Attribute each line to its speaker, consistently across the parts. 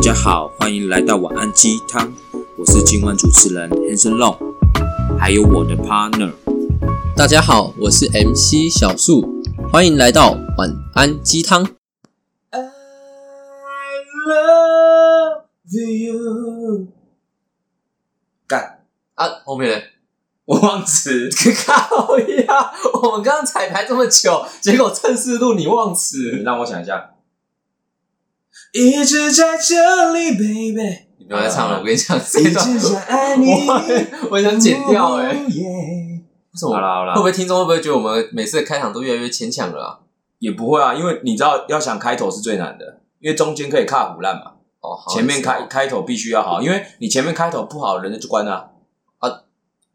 Speaker 1: 家好，欢迎来到晚安鸡汤，我是今晚主持人 Hanson Long，还有我的 partner。
Speaker 2: 大家好，我是 MC 小树，欢迎来到晚安鸡汤。
Speaker 3: I love you。干，
Speaker 2: 啊，后面呢？
Speaker 3: 我忘词，
Speaker 2: 靠呀！我们刚刚彩排这么久，结果正式录你忘词，
Speaker 3: 让我想一下。一直在这里，baby，
Speaker 2: 你不要再唱了。我跟你讲，这
Speaker 3: 一
Speaker 2: 一段
Speaker 3: 直在爱你。
Speaker 2: 我 我想剪掉哎、为
Speaker 1: 嗯
Speaker 3: Oh, yeah
Speaker 2: 什
Speaker 3: 好啦好
Speaker 2: 么？
Speaker 3: 啦
Speaker 2: 会不会听众会不会觉得我们每次的开场都越来越牵强了、啊？
Speaker 3: 也不会啊，因为你知道，要想开头是最难的，因为中间可以卡胡烂嘛，
Speaker 2: 哦，好
Speaker 3: 前面
Speaker 2: 你知道
Speaker 3: 开开头必须要好，因为你前面开头不好，人家就关了，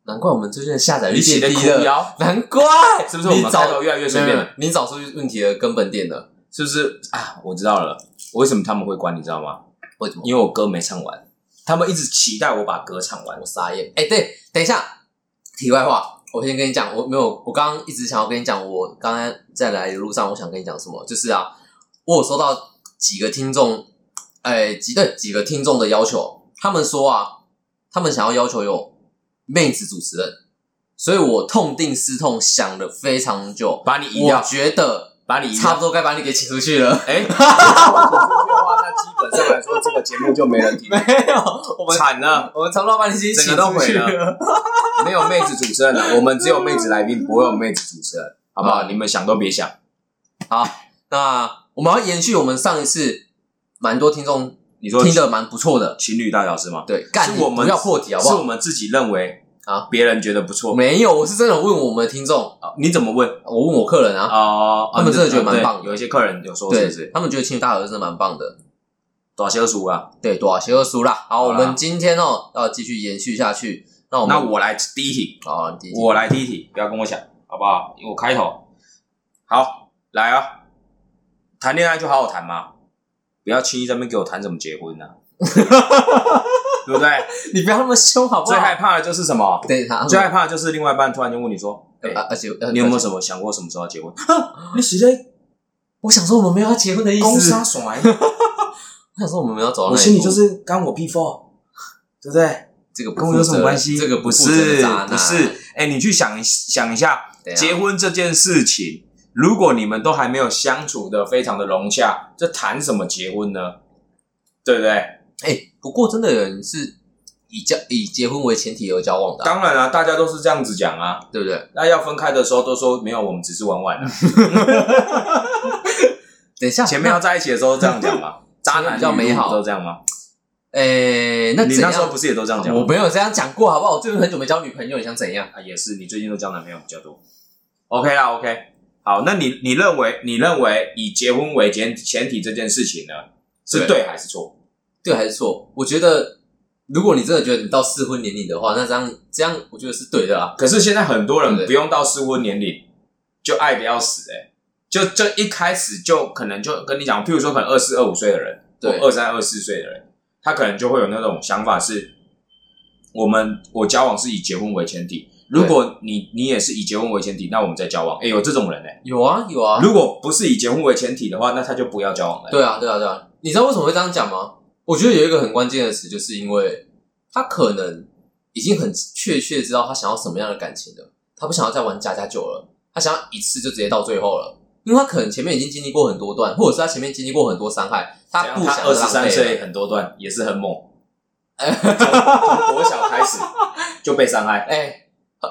Speaker 2: 难怪我们最近的下载率
Speaker 3: 你写
Speaker 2: 变
Speaker 3: 的
Speaker 2: 低
Speaker 3: 哭
Speaker 2: 了，
Speaker 3: 腰，
Speaker 2: 难怪
Speaker 3: 是不是我
Speaker 2: 你
Speaker 3: 们开
Speaker 2: 找
Speaker 3: 头越来越随便了？
Speaker 2: 你找出问题的根本点了，
Speaker 3: 是不是啊？我知道了，为什么他们会关，你知道吗？
Speaker 2: 为什么？
Speaker 3: 因为我歌没唱完，他们一直期待我把歌唱完
Speaker 2: 我。傻眼。哎、对，等一下，题外话，我先跟你讲，我没有，我刚刚一直想要跟你讲，我刚刚在来的路上，我想跟你讲什么，就是啊，我有收到几个听众，哎、几对几个听众的要求，他们说啊，他们想要要求有妹子主持人，所以我痛定思痛，想了非常久，
Speaker 3: 把你移
Speaker 2: 我
Speaker 3: 掉，
Speaker 2: 觉得
Speaker 3: 把你移
Speaker 2: 差不
Speaker 3: 掉。
Speaker 2: 多该把你给请出去了。
Speaker 3: 哎，如果我不出去的 话，那基本上来说，这个节目就没人听
Speaker 2: 没，有，我们
Speaker 3: 惨了，
Speaker 2: 我们差不多把你已经
Speaker 3: 整
Speaker 2: 请
Speaker 3: 个都
Speaker 2: 出去
Speaker 3: 毁了。 没有妹子主持人了，我们只有妹子来宾，不会有妹子主持人，好不好？
Speaker 2: 嗯
Speaker 3: 你们想都别想。
Speaker 2: 那我们要延续我们上一次，蛮多听众
Speaker 3: 你说
Speaker 2: 听的蛮不错的，
Speaker 3: 情侣大小事吗？
Speaker 2: 对，干
Speaker 3: 是我们
Speaker 2: 你不要破题好不
Speaker 3: 是我
Speaker 2: 好？
Speaker 3: 们自己认为
Speaker 2: 啊，
Speaker 3: 别人觉得不错。
Speaker 2: 没有，我是真的问我们的听众，
Speaker 3: 啊你怎么问？
Speaker 2: 我问我客人啊，
Speaker 3: 哦，
Speaker 2: 他们真的觉得蛮
Speaker 3: 对
Speaker 2: 棒的
Speaker 3: 有一些客人有说是
Speaker 2: 对
Speaker 3: 不是？，
Speaker 2: 他们觉得清大儿真的蛮棒的，
Speaker 3: 多少些二十五啊？
Speaker 2: 对，多少邪恶输啦。好，
Speaker 3: 好
Speaker 2: 我
Speaker 3: 啦
Speaker 2: 们今天哦要继续延续下去，那我们
Speaker 3: 那我来第一题。
Speaker 2: 好，你第一题
Speaker 3: 我来哦第一题，不要跟我抢，好不好？因为我开头。好，来啊！谈恋爱就好好谈嘛，不要轻易在那边给我谈怎么结婚呢、啊 对不对？
Speaker 2: 你不要那么凶好不
Speaker 3: 最害
Speaker 2: 好？
Speaker 3: 怕的就是什么？
Speaker 2: 对他
Speaker 3: 最害怕的就是另外一半突然间问你说：“哎、
Speaker 2: 呃而且呃
Speaker 3: 你有没有什么想过什么时候要结婚？”啊，你是在
Speaker 2: 我想说我们没有要结婚的意思，
Speaker 3: 攻
Speaker 2: 我
Speaker 3: 杀甩？
Speaker 2: 想 说我们没有走到
Speaker 3: 我
Speaker 2: 那一步，
Speaker 3: 心里就是干我屁货，对不对？
Speaker 2: 这个不
Speaker 3: 跟我有什
Speaker 2: 负
Speaker 3: 么
Speaker 2: 责
Speaker 3: 关系？
Speaker 2: 这个
Speaker 3: 不
Speaker 2: 负责的
Speaker 3: 是
Speaker 2: 渣男
Speaker 3: 不是，哎、你去想一想一下，
Speaker 2: 对啊
Speaker 3: 结婚这件事情，如果你们都还没有相处的非常的融洽，这谈什么结婚呢？对不对？
Speaker 2: 哎、不过真的有人是以交以结婚为前提而交往的啊、
Speaker 3: 当然啦、大家都是这样子讲啊。
Speaker 2: 对不对？
Speaker 3: 那要分开的时候都说没有，我们只是玩玩、啊。
Speaker 2: 等一下，
Speaker 3: 前面要在一起的时候这样讲 嘛，渣男
Speaker 2: 比较美好
Speaker 3: 语录都这样吗？
Speaker 2: 哎、那
Speaker 3: 你
Speaker 2: 怎
Speaker 3: 那
Speaker 2: 样？
Speaker 3: 时候不是也都这样讲吗？
Speaker 2: 我没有这样讲过，好不好？我最近很久没交女朋友，你想怎样？
Speaker 3: 啊，也是，你最近都交男朋友比较多。OK 啦，OK，好，那你你认为你认为以结婚为前前提这件事情呢，是
Speaker 2: 对
Speaker 3: 对还是错？
Speaker 2: 对还是错？我觉得，如果你真的觉得你到适婚年龄的话，那这样这样，我觉得是对的啊啦。
Speaker 3: 可是现在很多人
Speaker 2: 对
Speaker 3: 不用到适婚年龄就爱的要死、欸，就就一开始就可能就跟你讲，譬如说可能二四二五岁的人，
Speaker 2: 对
Speaker 3: 二三二四岁的人，他可能就会有那种想法是，我们我交往是以结婚为前提。如果你你也是以结婚为前提，那我们再交往。哎、有这种人哎、
Speaker 2: 有啊，有啊，
Speaker 3: 如果不是以结婚为前提的话，那他就不要交往了。
Speaker 2: 对啊，对啊，对啊。你知道为什么会这样讲吗？我觉得有一个很关键的词，就是因为他可能已经很确切知道他想要什么样的感情了，他不想要再玩家家酒了，他想要一次就直接到最后了，因为他可能前面已经经历过很多段，或者是他前面经历过很多伤害，
Speaker 3: 怎
Speaker 2: 他
Speaker 3: 样
Speaker 2: 不
Speaker 3: 他
Speaker 2: 想
Speaker 3: 二
Speaker 2: 要
Speaker 3: 十三
Speaker 2: 浪
Speaker 3: 岁
Speaker 2: 费了。
Speaker 3: 很多段也是很 猛，
Speaker 2: 哎
Speaker 3: 从从国小开始就被伤害。
Speaker 2: 哎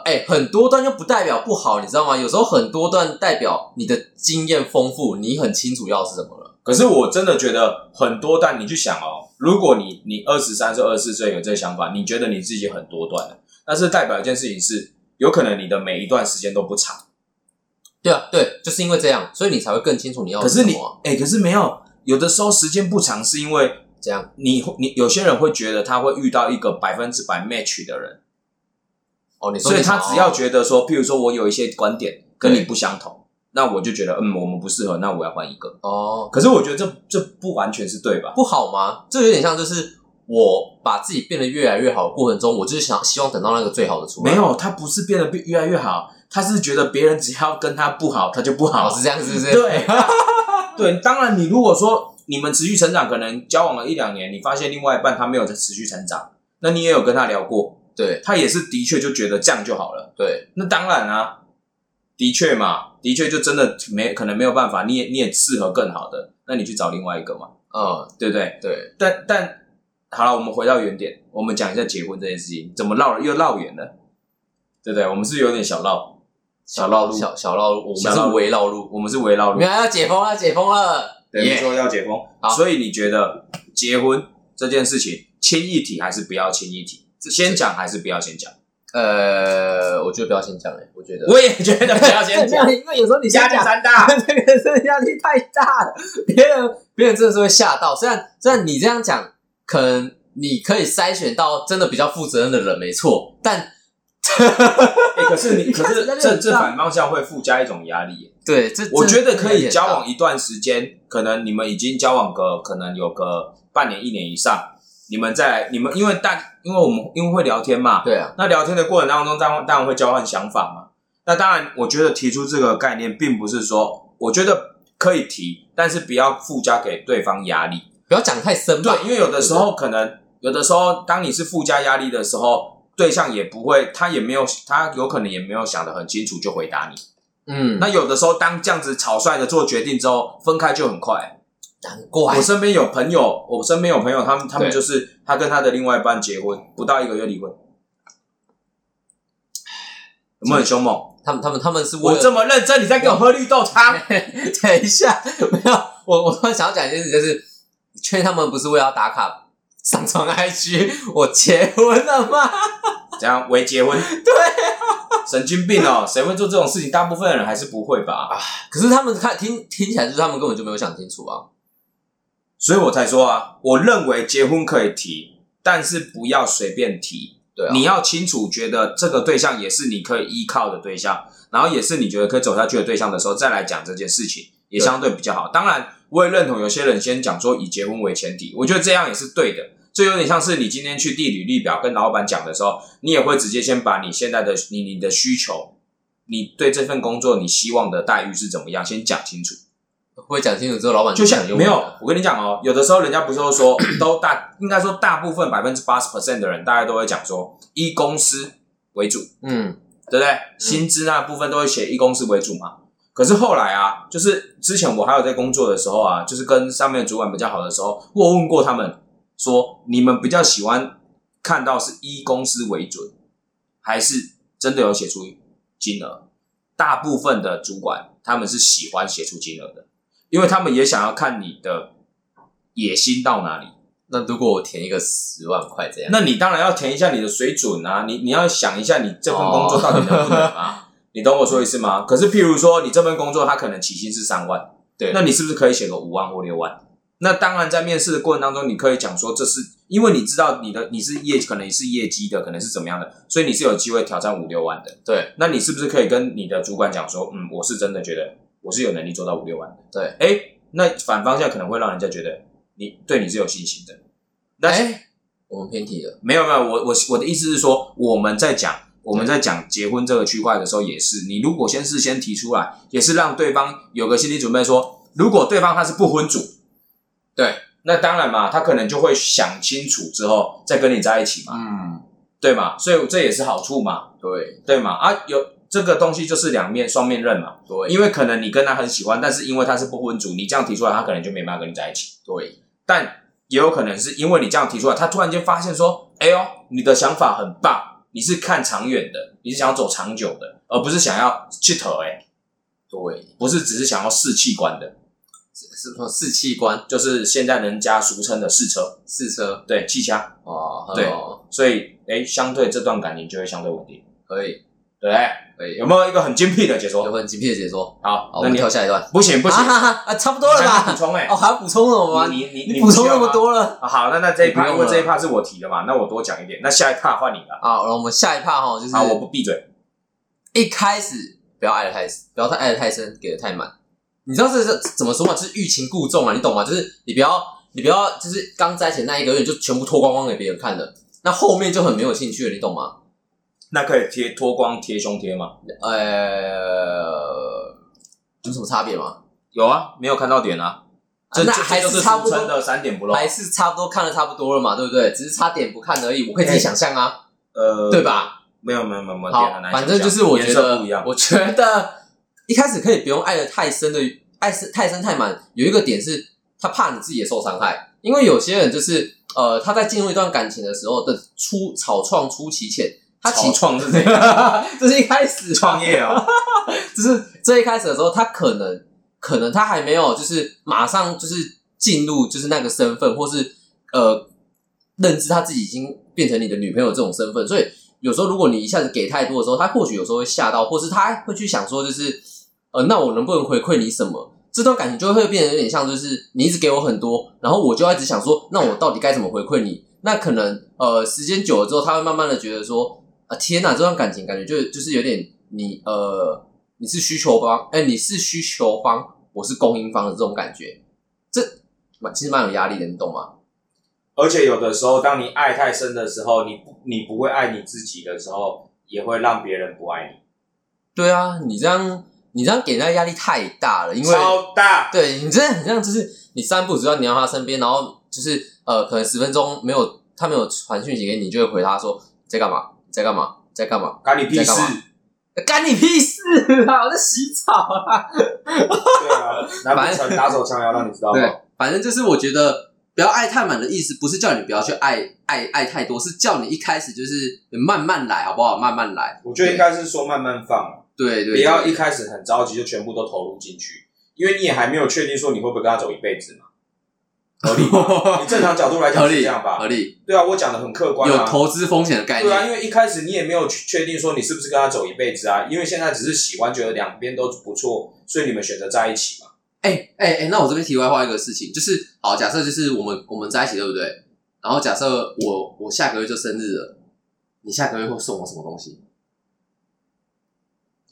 Speaker 2: 哎，很多段又不代表不好，你知道吗？有时候很多段代表你的经验丰富，你很清楚要是什么了。
Speaker 3: 可是我真的觉得很多段，你去想哦，如果你你二十三岁、二十四岁有这个想法，你觉得你自己很多段了，但是代表一件事情是，有可能你的每一段时间都不长。
Speaker 2: 对啊，对，就是因为这样，所以你才会更清楚你要
Speaker 3: 可
Speaker 2: 的
Speaker 3: 是
Speaker 2: 什
Speaker 3: 你
Speaker 2: 么啊、
Speaker 3: 哎、可是没有，有的时候时间不长是因为
Speaker 2: 这样。
Speaker 3: 你你有些人会觉得他会遇到一个百分之百 match 的人，
Speaker 2: 哦，你说
Speaker 3: 所以
Speaker 2: 你
Speaker 3: 他
Speaker 2: 想
Speaker 3: 只要觉得说，譬如说我有一些观点跟
Speaker 2: 对
Speaker 3: 你不相同，那我就觉得嗯，我们不适合，那我要换一个。
Speaker 2: 哦，
Speaker 3: 可是我觉得这这不完全是对吧？
Speaker 2: 不好吗？这有点像就是我把自己变得越来越好的过程中，我就是想希望等到那个最好的出来。
Speaker 3: 没，有，他不是变得越来越好，他是觉得
Speaker 2: 哦
Speaker 3: 别人只要跟他不好，他就不好
Speaker 2: 哦，。是这样，是不是？
Speaker 3: 对对，当然你如果说你们持续成长，可能交往了一两年，你发现另外一半他没有在持续成长，那你也有跟他聊过，
Speaker 2: 对
Speaker 3: 他也是的确就觉得这样就好了。
Speaker 2: 对
Speaker 3: 那当然啊，的确嘛，的确就真的没可能没有办法，你也你也适合更好的，那你去找另外一个嘛，
Speaker 2: 嗯
Speaker 3: 对不对？
Speaker 2: 对，
Speaker 3: 但但好了，我们回到原点，我们讲一下结婚这件事情，怎么绕了又绕远了，对不对？我们是有点小绕，小绕路，
Speaker 2: 小小绕路，我
Speaker 3: 小
Speaker 2: 们
Speaker 3: 绕
Speaker 2: 是
Speaker 3: 路
Speaker 2: 围绕路，
Speaker 3: 我们是围绕路
Speaker 2: 原，来要解封了，解封了，
Speaker 3: 对，没
Speaker 2: 耶，
Speaker 3: 错，要解封
Speaker 2: 好。
Speaker 3: 所以你觉得结婚这件事情，亲一体还是不要亲一体？先讲还是不要先讲？
Speaker 2: 呃，我觉得不要先讲哎，我觉得
Speaker 3: 我也觉得不要先
Speaker 4: 没有
Speaker 3: 讲，哎
Speaker 4: 因为有时候你先
Speaker 3: 压力
Speaker 4: 讲，
Speaker 3: 山 大。
Speaker 4: 这个真的压力太大了。
Speaker 2: 别人别人真的是会吓到，虽然虽然你这样讲，可能你可以筛选到真的比较负责任的人，没错，但
Speaker 3: 欸可是你，可是
Speaker 4: 你看人家就
Speaker 3: 这
Speaker 4: 很
Speaker 3: 这
Speaker 4: 大
Speaker 3: 反方向会附加一种压力耶。
Speaker 2: 对 这
Speaker 3: 我觉得
Speaker 2: 这
Speaker 3: 可以交
Speaker 2: 有点大
Speaker 3: 往一段时间，可能你们已经交往个可能有个半年一年以上，你们再来你们因为大因为我们因为会聊天嘛，
Speaker 2: 对啊，
Speaker 3: 那聊天的过程当中，当然当然会交换想法嘛。那当然，我觉得提出这个概念，并不是说我觉得可以提，但是不要附加给对方压力。
Speaker 2: 不要讲太深吧，
Speaker 3: 对，因为有的时候可能，有的时候当你是附加压力的时候，对象也不会，他也没有，他有可能也没有想得很清楚就回答你。
Speaker 2: 嗯，
Speaker 3: 那有的时候当这样子草率的做决定之后，分开就很快。
Speaker 2: 难怪
Speaker 3: 我身边有朋友，我身边有朋友，他们他们
Speaker 2: 对
Speaker 3: 就是他跟他的另外一半结婚，不到一个月离婚，有没有很凶猛？
Speaker 2: 他们他们他们是为
Speaker 3: 我
Speaker 2: 了
Speaker 3: 这么认真，你在给我喝绿豆汤？
Speaker 2: 等一下，没有，我我突然想要讲一件事，就是劝他们不是为了要打卡上传 IG，我结婚了吗？
Speaker 3: 怎样为结婚？ 对、神经病哦，谁会做这种事情？大部分人还是不会吧？
Speaker 2: 可是他们看听听起来就是他们根本就没有想清楚啊。
Speaker 3: 所以我才说啊，我认为结婚可以提，但是不要随便提。
Speaker 2: 对啊，
Speaker 3: 你要清楚，觉得这个对象也是你可以依靠的对象，然后也是你觉得可以走下去的对象的时候，再来讲这件事情，也相对比较好。当然，我也认同有些人先讲说以结婚为前提，我觉得这样也是对的。这有点像是你今天去递履历表跟老板讲的时候，你也会直接先把你现在的你你的需求，你对这份工作你希望的待遇是怎么样，先讲清楚。
Speaker 2: 会讲清楚之后，老板
Speaker 3: 就像
Speaker 2: 想用
Speaker 3: 没有，我跟你讲哦，有的时候人家不是都说都大，应该说大部分百分之八十 percent 的人，大家都会讲说以公司为主，
Speaker 2: 嗯，
Speaker 3: 对不对？薪资那部分都会写以公司为主嘛。可是后来啊，就是之前我还有在工作的时候啊，就是跟上面的主管比较好的时候，我有问过他们说，你们比较喜欢看到是以公司为准，还是真的有写出金额？大部分的主管他们是喜欢写出金额的，因为他们也想要看你的野心到哪里。
Speaker 2: 那如果我填一个十万块这样，
Speaker 3: 那你当然要填一下你的水准啊，你你要想一下你这份工作
Speaker 2: 哦
Speaker 3: 到底能不能啊？ 你懂我说意思吗？可是譬如说你这份工作它可能起薪是三万，
Speaker 2: 对
Speaker 3: 那你是不是可以写个五万或六万？那当然，在面试的过程当中，你可以讲说这是因为你知道你的你是业可能是业绩的，可能是怎么样的，所以你是有机会挑战五六万的。
Speaker 2: 对
Speaker 3: 那你是不是可以跟你的主管讲说，嗯，我是真的觉得我是有能力做到五六万的？
Speaker 2: 对，
Speaker 3: 哎、那反方向可能会让人家觉得你对你是有信心的。那
Speaker 2: 哎、我们偏题了，
Speaker 3: 没有没有，我我我的意思是说，我们在讲我们在讲结婚这个区块的时候，也是你如果先事先提出来，也是让对方有个心理准备说，如果对方他是不婚主，
Speaker 2: 对，
Speaker 3: 那当然嘛，他可能就会想清楚之后再跟你在一起嘛，
Speaker 2: 嗯，
Speaker 3: 对嘛，所以这也是好处嘛，
Speaker 2: 对
Speaker 3: 对嘛啊，有这个东西就是两面双面刃嘛，
Speaker 2: 对，
Speaker 3: 因为可能你跟他很喜欢，但是因为他是不婚主，你这样提出来，他可能就没办法跟你在一起。
Speaker 2: 对
Speaker 3: 但也有可能是因为你这样提出来，他突然间发现说：“哎呦，你的想法很棒，你是看长远的，你是想要走长久的，而不是想要去头哎，
Speaker 2: 对，
Speaker 3: 不是只是想要试器官的，
Speaker 2: 是说试器官
Speaker 3: 就是现在人家俗称的试车，
Speaker 2: 试车
Speaker 3: 对气枪。
Speaker 2: 哦，
Speaker 3: 对
Speaker 2: 哦
Speaker 3: 所以，哎，相对这段感情就会相对稳定，
Speaker 2: 可以
Speaker 3: 对不对？
Speaker 2: 可以，
Speaker 3: 有没有一个很精辟的解
Speaker 2: 有
Speaker 3: 说？
Speaker 2: 很精辟的解说。
Speaker 3: 好
Speaker 2: 好，，我
Speaker 3: 那
Speaker 2: 们
Speaker 3: 你
Speaker 2: 跳下一段。
Speaker 3: 不行不行，
Speaker 2: 啊哈哈啊，差不多了
Speaker 3: 你还没
Speaker 2: 吧
Speaker 3: 补？充哎
Speaker 2: 哦，，还要补充什么吗？
Speaker 3: 你你
Speaker 2: 你
Speaker 3: 你
Speaker 2: 补充
Speaker 3: 需要
Speaker 2: 那么
Speaker 3: 吗
Speaker 2: 多了
Speaker 3: 啊好，那那这一
Speaker 2: 你不用
Speaker 3: 趴，因为
Speaker 2: 了
Speaker 3: 这一趴是我提的嘛，那我多讲一点。那下一趴换你了。
Speaker 2: 啊！然后我们下一趴哈，就是
Speaker 3: 好，我不闭嘴。
Speaker 2: 一开始不要爱的太，不要太爱的太深，给的太满。你知道这是怎么说吗？就是欲擒故纵啊，你懂吗？就是你不要，你不要，就是刚在一起那一个月你就全部脱光光给别人看了，那后面就很没有兴趣了，你懂吗？
Speaker 3: 那可以贴脱光贴胸贴吗？
Speaker 2: 呃，有什么差别吗？
Speaker 3: 有啊，没有看到点啊。这
Speaker 2: 那
Speaker 3: 这
Speaker 2: 还
Speaker 3: 这就是
Speaker 2: 差不
Speaker 3: 俗称
Speaker 2: 多，
Speaker 3: 的三点不漏。
Speaker 2: 还是差不多看的差不多了嘛，对不对？只是差点不看而已，我可以自己想象啊，
Speaker 3: 呃，
Speaker 2: 对？吧？
Speaker 3: 没有没有没有没有，
Speaker 2: 好
Speaker 3: 点很，难
Speaker 2: 反
Speaker 3: 想
Speaker 2: 正
Speaker 3: 象
Speaker 2: 就是我
Speaker 3: 颜
Speaker 2: 觉
Speaker 3: 色
Speaker 2: 得
Speaker 3: 不一样，。
Speaker 2: 我觉得一开始可以不用爱的太深的，爱深太深太满。有一个点是，他怕你自己也受伤害，因为有些人就是呃，他在进入一段感情的时候的初草创初期前，他起
Speaker 3: 草创是怎 样？
Speaker 2: 这就是一开始
Speaker 3: 创业啊，
Speaker 2: 就是最一开始的时候，他可能可能他还没有就是马上就是进入就是那个身份，或是呃认知他自己已经变成你的女朋友这种身份，所以有时候如果你一下子给太多的时候，他或许有时候会吓到，或是他会去想说就是呃，那我能不能回馈你什么？这段感情就会变得有点像，就是你一直给我很多，然后我就要一直想说，那我到底该怎么回馈你？那可能呃，时间久了之后，他会慢慢的觉得说，啊天哪，这段感情感觉就就是有点你呃，你是需求方，哎、你是需求方，我是供应方的这种感觉，这蛮其实蛮有压力的，你懂吗？
Speaker 3: 而且有的时候，当你爱太深的时候，你不你不会爱你自己的时候，也会让别人不爱你，
Speaker 2: 对啊，你这样你这样给人家压力太大了，因为
Speaker 3: 超大。
Speaker 2: 对你真的很像，就是你散步只要你到他身边，然后就是呃，可能十分钟没有他没有传讯息给你，你就会回他说你在干嘛？你在干嘛？你在干嘛？
Speaker 3: 干你屁
Speaker 2: 在
Speaker 3: 事！
Speaker 2: 干嘛干你屁事啊！我在洗澡啊。
Speaker 3: 对啊，难不成打手枪要让你知道吗？
Speaker 2: 对，反正就是我觉得不要爱太满的意思，不是叫你不要去爱爱爱太多，是叫你一开始就是慢慢来，好不好？慢慢来。
Speaker 3: 我觉得应该是说慢慢放啊，
Speaker 2: 对对，
Speaker 3: 不要
Speaker 2: 对
Speaker 3: 一开始很着急就全部都投入进去，因为你也还没有确定说你会不会跟他走一辈子嘛。合理吧？ 你正常角度来
Speaker 2: 合
Speaker 3: 讲是
Speaker 2: 理
Speaker 3: 这样吧
Speaker 2: 合？理
Speaker 3: 对啊，我讲的很客观
Speaker 2: 有
Speaker 3: 啊。
Speaker 2: 投资风险的概
Speaker 3: 对啊，
Speaker 2: 念。
Speaker 3: 因为一开始你也没有去确定说你是不是跟他走一辈子啊，因为现在只是喜欢，觉得两边都不错，所以你们选择在一起嘛。
Speaker 2: 哎哎哎，那我这边题外话一个事情，就是好，假设就是我们我们在一起，对不对？然后假设我我下个月就生日了，你下个月会送我什么东西？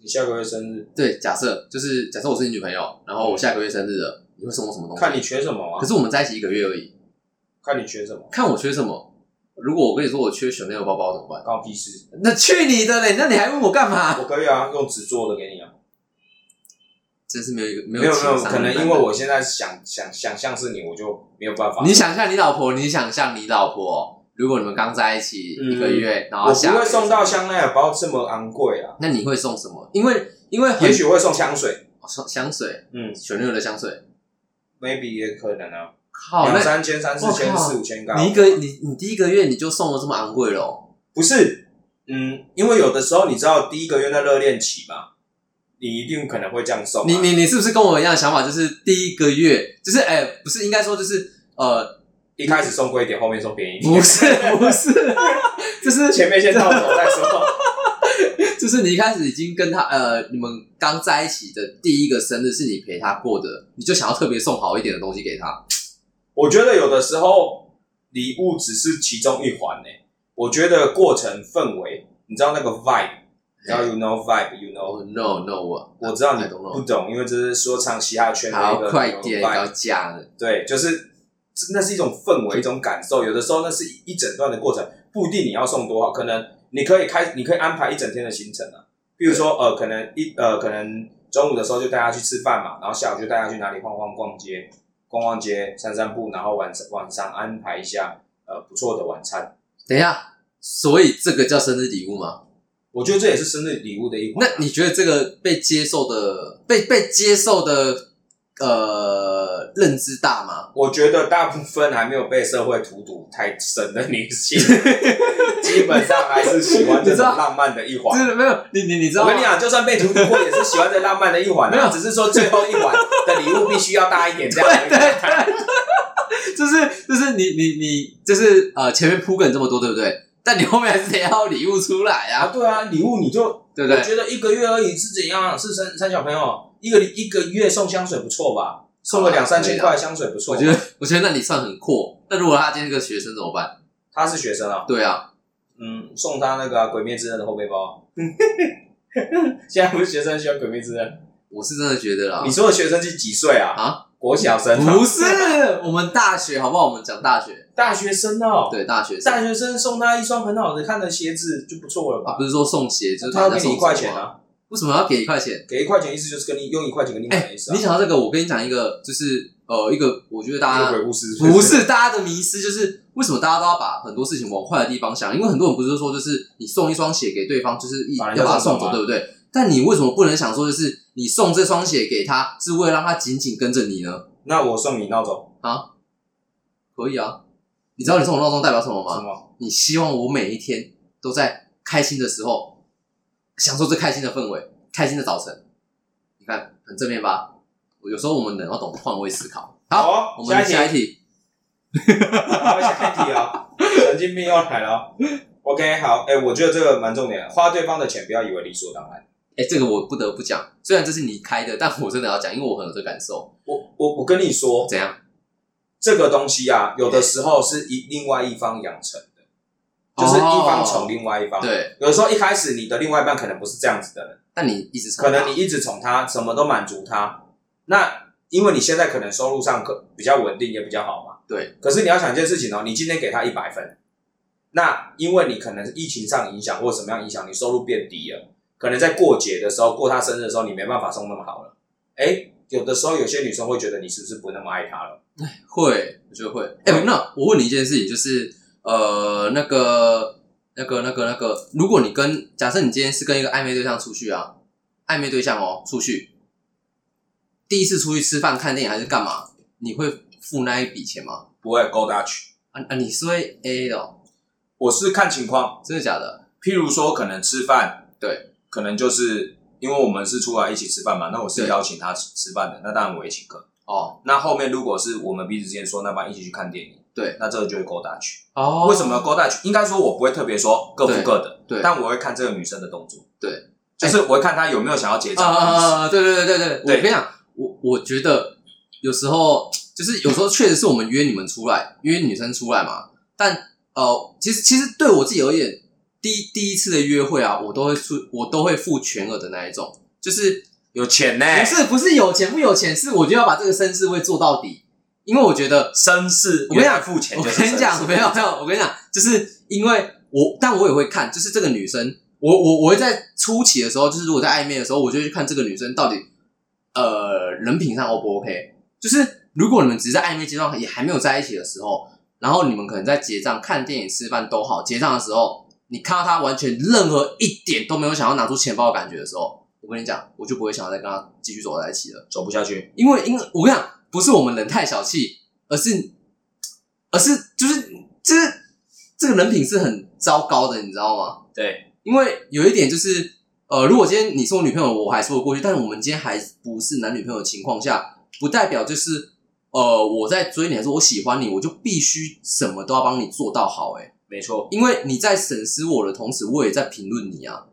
Speaker 3: 你下个月生日，
Speaker 2: 对，假设就是假设我是你女朋友，然后我下个月生日了，你会送我什么东西？
Speaker 3: 看你缺什么
Speaker 2: 哦可
Speaker 3: 啊？
Speaker 2: 是我们在一起一个月而已，
Speaker 3: 看你缺什么，
Speaker 2: 看我缺什么。如果我跟你说我缺 Chanel 包包怎么办？
Speaker 3: 关我屁事。
Speaker 2: 那去你的嘞！那你还问我干嘛？
Speaker 3: 我可以啊，用纸做的给你啊。
Speaker 2: 真是没有一个没
Speaker 3: 没有没
Speaker 2: 情
Speaker 3: 有，
Speaker 2: 商
Speaker 3: 可能
Speaker 2: 的
Speaker 3: 因为我现在想想想象是你，我就没有办法。
Speaker 2: 你想象你老婆，你想象你老婆，如果你们刚在一起
Speaker 3: 嗯
Speaker 2: 一个月，然后
Speaker 3: 我不
Speaker 2: 下
Speaker 3: 会送到
Speaker 2: 香，
Speaker 3: 香奈儿包这么昂贵啊，
Speaker 2: 那你会送什么？因为因为很
Speaker 3: 也许会送香水，
Speaker 2: 哦香香水
Speaker 3: 嗯
Speaker 2: ，Chanel 的香水，
Speaker 3: ，maybe 也可能啊，
Speaker 2: 靠，
Speaker 3: 两
Speaker 2: 哦那
Speaker 3: 三啊千、三四千、
Speaker 2: 我靠
Speaker 3: 四五千，刚好
Speaker 2: 你一个你你第一个月你就送了这么昂贵了哦，
Speaker 3: 不是，嗯，因为有的时候你知道第一个月在热恋期嘛，你一定可能会这样送啊、
Speaker 2: 你你你是不是跟我一样的想法？就是第一个月，就是哎、不是应该说就是呃，
Speaker 3: 一开始送贵一点，后面送便宜一
Speaker 2: 不
Speaker 3: 点，
Speaker 2: 是 不是，就 是
Speaker 3: 前面先到手再说。
Speaker 2: 就是你一开始已经跟他呃，你们刚在一起的第一个生日是你陪他过的，你就想要特别送好一点的东西给他。
Speaker 3: 我觉得有的时候礼物只是其中一环呢、欸我觉得过程氛围，你知道那个 vibe，你知道 you know vibe，you know。
Speaker 2: 哦、no no，我
Speaker 3: 我知道你
Speaker 2: I don't know
Speaker 3: 不懂，因为这是说唱嘻哈圈的一
Speaker 2: 好
Speaker 3: 个
Speaker 2: 快
Speaker 3: 流
Speaker 2: 点要
Speaker 3: 派
Speaker 2: 加了，
Speaker 3: 对，就是那是一种氛围，一种感受。有的时候那是一整段的过程，不一定你要送多少，可能你可以开，你可以安排一整天的行程啊。比如说呃，可能一呃，可能中午的时候就带他去吃饭嘛，然后下午就带他去哪里晃晃、逛街、逛逛街、散散步，然后晚上晚上安排一下呃不错的晚餐。
Speaker 2: 等一下，所以这个叫生日礼物吗？
Speaker 3: 我觉得这也是生日礼物的一环
Speaker 2: 那
Speaker 3: 啊。
Speaker 2: 你觉得这个被接受的被被接受的呃认知大吗？
Speaker 3: 我觉得大部分还没有被社会荼毒太深的女性，基本上还是喜欢这种浪漫的一环。啊
Speaker 2: 的没有你你你知
Speaker 3: 我跟你讲，就算被荼毒过，也是喜欢这浪漫的一环、
Speaker 2: 没有
Speaker 3: 啊，只是说最后一环的礼物必须要大一点，这样而
Speaker 2: 对
Speaker 3: 已
Speaker 2: 对
Speaker 3: 啊。
Speaker 2: 对，就是就是你你你就是呃前面铺梗这么多对不对？但你后面还是得要礼物出来
Speaker 3: 啊，
Speaker 2: 啊，
Speaker 3: 对啊，礼物你就
Speaker 2: 对不
Speaker 3: 我
Speaker 2: 对？
Speaker 3: 觉得一个月而已是怎样啊？是三三小朋友一个一个月送香水不错吧？送个两三千块的香水不错
Speaker 2: 我
Speaker 3: 吧。
Speaker 2: 觉得我觉得那你算很阔。那如果他今天是个学生怎么办？
Speaker 3: 他是学生啊，
Speaker 2: 对啊，
Speaker 3: 嗯，送他那个啊、鬼灭之刃》的后背包啊。 现在不是学生喜欢《鬼灭之刃》。
Speaker 2: 我是真的觉得啦
Speaker 3: 你，说的学生是几岁啊？
Speaker 2: 啊，
Speaker 3: 国小生、啊？
Speaker 2: 不是我们大学好不好？我们讲大学，
Speaker 3: 大学生哦。，
Speaker 2: 对大学生
Speaker 3: 大学生送他一双很好的看的鞋子就不错了吧？
Speaker 2: 啊不是说送鞋，就是
Speaker 3: 他要
Speaker 2: 把
Speaker 3: 给
Speaker 2: 人家送
Speaker 3: 你一块钱
Speaker 2: 什么吗？
Speaker 3: 啊，
Speaker 2: 为什么要给一块钱？
Speaker 3: 给一块钱意思就是跟你用一块钱跟你买
Speaker 2: 哎
Speaker 3: 的意，思啊
Speaker 2: 你。讲到这个，我跟你讲一个，就是呃，呃一个，我觉得大
Speaker 3: 又
Speaker 2: 家
Speaker 3: 鬼故事
Speaker 2: 不是大家的迷失，就是为什么大家都要把很多事情往坏的地方想？因为很多人不是说就是你送一双鞋给对方，就是一
Speaker 3: 把人家
Speaker 2: 要把他送
Speaker 3: 送走啊
Speaker 2: 走，
Speaker 3: 吗
Speaker 2: 对不对？但你为什么不能想说，就是你送这双鞋给他，是为了让他紧紧跟着你呢？
Speaker 3: 那我送你闹钟，
Speaker 2: 可以啊，你知道你送我闹钟代表什么吗
Speaker 3: 什？么？
Speaker 2: 你希望我每一天都在开心的时候，享受最开心的氛围，开心的早晨。你看，很正面吧？有时候我们人要懂得换位思考。好，
Speaker 3: 好啊
Speaker 2: 我们
Speaker 3: 下
Speaker 2: 下
Speaker 3: 一
Speaker 2: 一
Speaker 3: 题，
Speaker 2: 题。
Speaker 3: 我们下一题啊，神经病又来了。OK，好，哎、我觉得这个蛮重点的，花对方的钱不要以为理所当然。
Speaker 2: 哎、这个我不得不讲，虽然这是你开的，但我真的要讲，因为我很有这感受。
Speaker 3: 我我我跟你说，
Speaker 2: 怎样？
Speaker 3: 这个东西啊，有的时候是一另外一方养成的，就是一方宠另外一方。，
Speaker 2: 哦对，
Speaker 3: 有的时候一开始你的另外一半可能不是这样子的人，
Speaker 2: 但你一直吵
Speaker 3: 可能
Speaker 2: 他
Speaker 3: 你一直宠他，什么都满足他，那因为你现在可能收入上可比较稳定，也比较好嘛。
Speaker 2: 对。
Speaker 3: 可是你要想一件事情哦，你今天给他一百分，那因为你可能疫情上影响或者什么样影响，你收入变低了，可能在过节的时候、过他生日的时候，你没办法送那么好了。哎，有的时候有些女生会觉得你是不是不那么爱他了？
Speaker 2: 会，我觉得会。哎、那我问你一件事情，就是呃，那个、那个、那个、那个，如果你跟假设你今天是跟一个暧昧对象出去啊，暧昧对象哦，出去第一次出去吃饭、看电影还是干嘛，你会付那一笔钱吗？
Speaker 3: 不会勾搭去，
Speaker 2: 啊啊，你是会 A 的、哦，
Speaker 3: 我是看情况，
Speaker 2: 真的假的？
Speaker 3: 譬如说，可能吃饭，
Speaker 2: 对，
Speaker 3: 可能就是因为我们是出来一起吃饭嘛，那我是
Speaker 2: 对
Speaker 3: 邀请他吃吃饭的，那当然我也请客。
Speaker 2: 哦
Speaker 3: 那后面如果是我们彼此之间说，那不然一起去看电影，
Speaker 2: 对，
Speaker 3: 那这个就会勾搭去。
Speaker 2: 哦
Speaker 3: 为什么勾搭去？应该说我不会特别说各付各的，
Speaker 2: 对对
Speaker 3: 但我会看这个女生的动作，
Speaker 2: 对，哎
Speaker 3: 就是我会看她有没有想要结
Speaker 2: 啊
Speaker 3: 账的意
Speaker 2: 啊
Speaker 3: 思。
Speaker 2: 啊！对对对对
Speaker 3: 对
Speaker 2: 对，我跟你讲，我我觉得有时候就是有时候确实是我们约你们出来，约女生出来嘛。但呃，其实其实对我自己而言，第一第一次的约会啊，我都会出，我都会付全额的那一种，就是
Speaker 3: 有钱呢、
Speaker 2: 不是不是有钱不有钱，是我就要把这个绅士会做到底，因为我觉得
Speaker 3: 绅士，
Speaker 2: 我跟你
Speaker 3: 原
Speaker 2: 讲
Speaker 3: 来付钱
Speaker 2: 我
Speaker 3: 就
Speaker 2: 跟
Speaker 3: 是绅士，
Speaker 2: 你讲，没有没有，我跟你讲，就是因为我，但我也会看，就是这个女生，我我我会在初期的时候，就是如果在暧昧的时候，我就会去看这个女生到底呃人品上 O 不 OK。就是如果你们只是在暧昧阶段，也还没有在一起的时候，然后你们可能在结账、看电影、吃饭都好，结账的时候，你看到她完全任何一点都没有想要拿出钱包的感觉的时候，我跟你讲，我就不会想要再跟她继续走在一起了。
Speaker 3: 走不下去。
Speaker 2: 因为因为我跟你讲，不是我们人太小气，而是而是就是就是这个人品是很糟糕的，你知道吗？
Speaker 3: 对，
Speaker 2: 因为有一点就是，呃，如果今天你是我女朋友，我还说得过去，但是我们今天还不是男女朋友的情况下，不代表就是呃我在追你的时候我喜欢你，我就必须什么都要帮你做到好、欸，
Speaker 3: 没错，
Speaker 2: 因为你在审视我的同时，我也在评论你啊，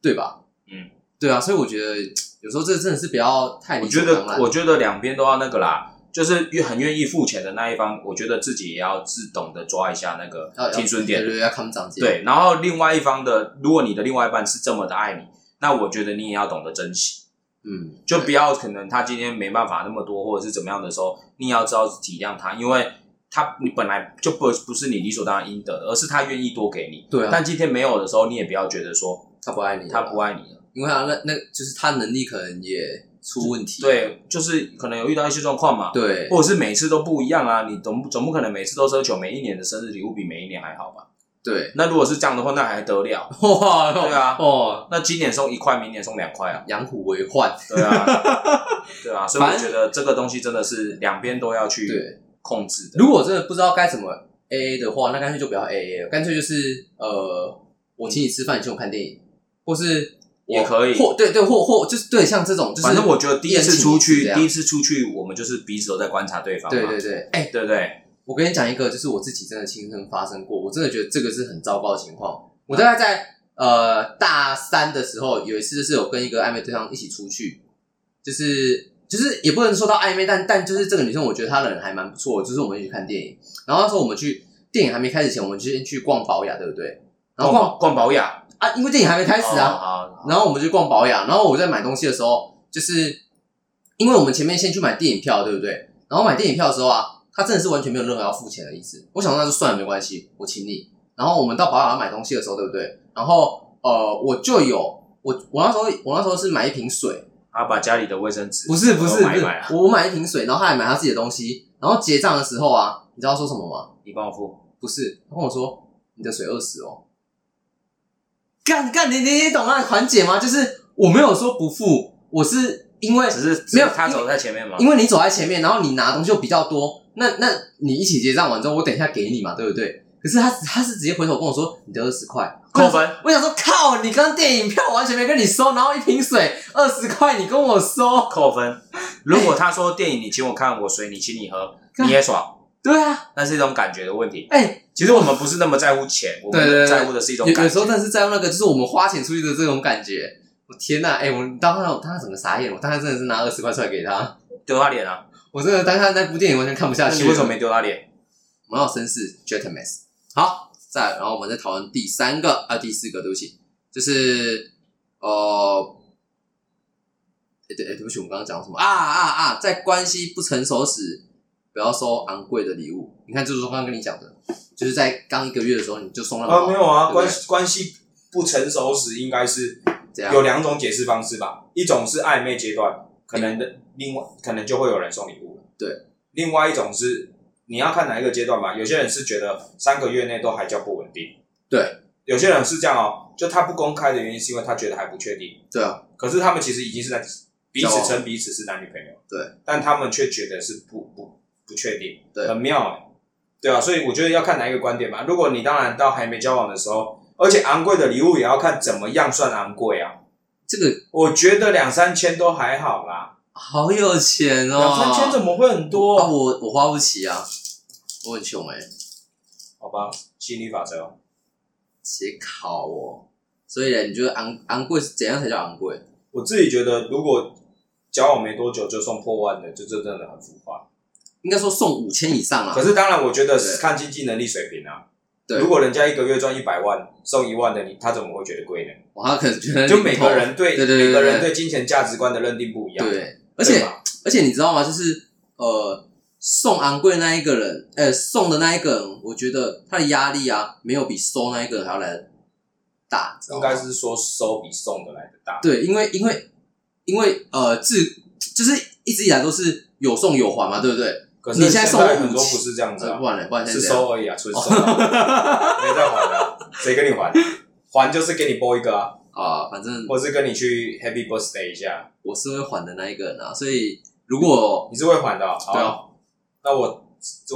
Speaker 2: 对吧？
Speaker 3: 嗯，
Speaker 2: 对啊，所以我觉得有时候这真的是不要太
Speaker 3: 我
Speaker 2: 理
Speaker 3: 觉
Speaker 2: 所
Speaker 3: 得
Speaker 2: 当然，
Speaker 3: 我觉得两边都要那个啦，就是越很愿意付钱的那一方，我觉得自己也要自懂得抓一下那
Speaker 2: 要
Speaker 3: 个
Speaker 2: 啊要
Speaker 3: 停损
Speaker 2: 对
Speaker 3: 点。
Speaker 2: 对对，要看长姐。，
Speaker 3: 对，然后另外一方的，如果你的另外一半是这么的爱你，那我觉得你也要懂得珍惜，
Speaker 2: 嗯，
Speaker 3: 就不要可能他今天没办法那么多，或者是怎么样的时候，你也要知道体谅他，因为他你本来就不不是你理所当然应得的，而是他愿意多给你。
Speaker 2: 对啊，
Speaker 3: 但今天没有的时候，你也不要觉得说
Speaker 2: 他不爱你，
Speaker 3: 他不，爱你了。
Speaker 2: 因为他那那就是他能力可能也出问题。
Speaker 3: 对，就是可能有遇到一些状况嘛，
Speaker 2: 对，
Speaker 3: 或者是每次都不一样啊，你总不总不可能每次都奢求每一年的生日礼物比每一年还好吧？
Speaker 2: 对，
Speaker 3: 那如果是这样的话，那还得了？
Speaker 2: 哇，
Speaker 3: 对啊
Speaker 2: 哦，
Speaker 3: 那今年送一块，明年送两块 啊？
Speaker 2: 养虎为患。
Speaker 3: 对啊，对啊，所以我
Speaker 2: 反正
Speaker 3: 觉得这个东西真的是两边都要去
Speaker 2: 对，
Speaker 3: 控制的。
Speaker 2: 如果真的不知道该怎么 A A 的话，那干脆就不要 A A 了，干脆就是呃，我请你吃饭，你请我看电影，或是我
Speaker 3: 也可以
Speaker 2: 或对对，或或就是对，像这种，就是
Speaker 3: 反正我觉得第一次出
Speaker 2: 一人请一次
Speaker 3: 去
Speaker 2: 这，样
Speaker 3: 第一次出去，我们就是彼此都在观察对方嘛，
Speaker 2: 对对对，哎，
Speaker 3: 对不对？
Speaker 2: 我跟你讲一个，就是我自己真的亲身发生过，我真的觉得这个是很糟糕的情况。我大概在呃大三的时候，有一次就是有跟一个暧昧对象一起出去，就是就是也不能说到暧昧，但但就是这个女生，我觉得她人还蛮不错的，就是我们一起去看电影，然后那时候我们去电影还没开始前，我们就先去逛宝雅，对不对？然后逛
Speaker 3: 逛逛保哦养，
Speaker 2: 啊，因为电影还没开
Speaker 3: 开
Speaker 2: 始啊，
Speaker 5: 哦
Speaker 2: 然后我们去逛保养，然后我在买东西的时候，就是因为我们前面先去买电影票，对不对？然后买电影票的时候啊，他真的是完全没有任何要付钱的意思。我想说那就算了，没关系，我请你。然后我们到保养买东西的时候，对不对？然后呃，我就有我我那时候我那时候是买一瓶水，
Speaker 5: 啊，把家里的卫生纸
Speaker 2: 不是不是
Speaker 5: 都
Speaker 2: 不
Speaker 5: 买一
Speaker 2: 是
Speaker 5: 买啊，，
Speaker 2: 我买一瓶水，然后他还买他自己的东西，然后结账的时候啊，你知道他说什么吗？
Speaker 5: 你帮我付，
Speaker 2: 不是，他跟我说你的水二十哦。干干，你你你懂那环节吗？就是我没有说不付，我是因为
Speaker 5: 只是
Speaker 2: 没有
Speaker 5: 只是他
Speaker 2: 因为
Speaker 5: 走在前面嘛，
Speaker 2: 因为你走在前面，然后你拿东西又比较多，那那你一起结账完之后，我等一下给你嘛，对不对？可是他他是直接回头跟我说你得二十块
Speaker 5: 扣分，
Speaker 2: 我想说靠，你刚电影票完全没跟你收，然后一瓶水二十块，你跟我收，
Speaker 5: 扣 分。如果他说电影你请我看，我水你请你喝，
Speaker 2: 干
Speaker 5: 你也爽，
Speaker 2: 对啊，
Speaker 5: 那是一种感觉的问题。
Speaker 2: 哎、
Speaker 5: 其实我们不是那么在乎钱，我
Speaker 2: 对对
Speaker 5: 们
Speaker 2: 对
Speaker 5: 在乎的是一种
Speaker 2: 有
Speaker 5: 感
Speaker 2: 有时候
Speaker 5: 觉。
Speaker 2: 但是在乎那个，就是我们花钱出去的这种感觉。我天呐，哎、我当下我当下整个傻眼，我当下真的是拿二十块出来给他，
Speaker 5: 丢他脸啊！
Speaker 2: 我真的当下那部电影完全看不下
Speaker 5: 那
Speaker 2: 去。
Speaker 5: 你为什么没丢他脸？
Speaker 2: 蛮有绅士 g e n t l m a n 好，再来然后我们再讨论第三个啊，第四个，对不起，就是呃，诶对、诶对不起，我们刚刚讲什么啊啊啊，在关系不成熟时，不要收昂贵的礼物。你看，就是说刚刚跟你讲的，就是在刚一个月的时候你就送那么好、
Speaker 3: 啊，没有啊，
Speaker 2: 对不对
Speaker 3: 关关系不成熟时，应该是
Speaker 2: 这样
Speaker 3: 有两种解释方式吧，一种是暧昧阶段，可能的另外可能就会有人送礼物了。
Speaker 2: 对，
Speaker 3: 另外一种是你要看哪一个阶段吧，有些人是觉得三个月内都还叫不稳定，
Speaker 2: 对，
Speaker 3: 有些人是这样哦，就他不公开的原因是因为他觉得还不确定，
Speaker 2: 对啊，
Speaker 3: 可是他们其实已经是在彼
Speaker 2: 交
Speaker 3: 此
Speaker 2: 往
Speaker 3: 称彼此是男女朋友，
Speaker 2: 对，
Speaker 3: 但他们却觉得是不不不确定，
Speaker 2: 对
Speaker 3: 很妙欸对啊，所以我觉得要看哪一个观点吧。如果你当然到还没交往的时候，而且昂贵的礼物也要看怎么样算昂贵啊。
Speaker 2: 这个
Speaker 3: 我觉得两三千都还好啦，
Speaker 2: 好有钱哦，
Speaker 3: 两三千怎么会很多？
Speaker 2: 啊我我花不起啊，我很穷哎、
Speaker 3: 好吧，吸引力法则哦，
Speaker 2: 写考哦，所以呢，你觉得昂昂贵是怎样才叫昂贵？
Speaker 3: 我自己觉得如果交往没多久就送破万的，就这真的很浮夸。
Speaker 2: 应该说送五千以上啊啦
Speaker 3: 可。是当然，我觉得
Speaker 2: 对
Speaker 3: 是看经济能力水平啊。
Speaker 2: 对
Speaker 3: 如果人家一个月赚一百万，送一万的你，他怎么会觉得贵呢？
Speaker 2: 我他可能觉得
Speaker 3: 就
Speaker 2: 零头
Speaker 3: 每个人对
Speaker 2: 对对对
Speaker 3: 每个人
Speaker 2: 对
Speaker 3: 对金钱价值观的认定不一样。
Speaker 2: 对，而且
Speaker 3: 吧
Speaker 2: 而且你知道吗？就是呃，送昂贵那一个人，呃，送的那一个人，我觉得他的压力啊，没有比收那一个人还要来的大，你知道
Speaker 3: 应
Speaker 2: 吗
Speaker 3: 该是说收比送的来的大。
Speaker 2: 对，因为因为因为呃，自就是一直以来都是有送有还嘛，对不对？
Speaker 3: 可是
Speaker 2: 你现在送我
Speaker 3: 很多
Speaker 2: 五千
Speaker 3: 不是这样子
Speaker 2: 呃
Speaker 3: 啊
Speaker 2: 不，然呢？不然现
Speaker 3: 是
Speaker 2: 在怎样
Speaker 3: 收而已啊，纯收 啊，没在还的，谁跟你还？还就是给你包一个啊，
Speaker 2: 啊，反正
Speaker 3: 或是跟你去 Happy Birthday 一下，
Speaker 2: 我是会还的那一个人啊，所以如果
Speaker 3: 你是会还的哦。好
Speaker 2: 对啊，
Speaker 3: 那我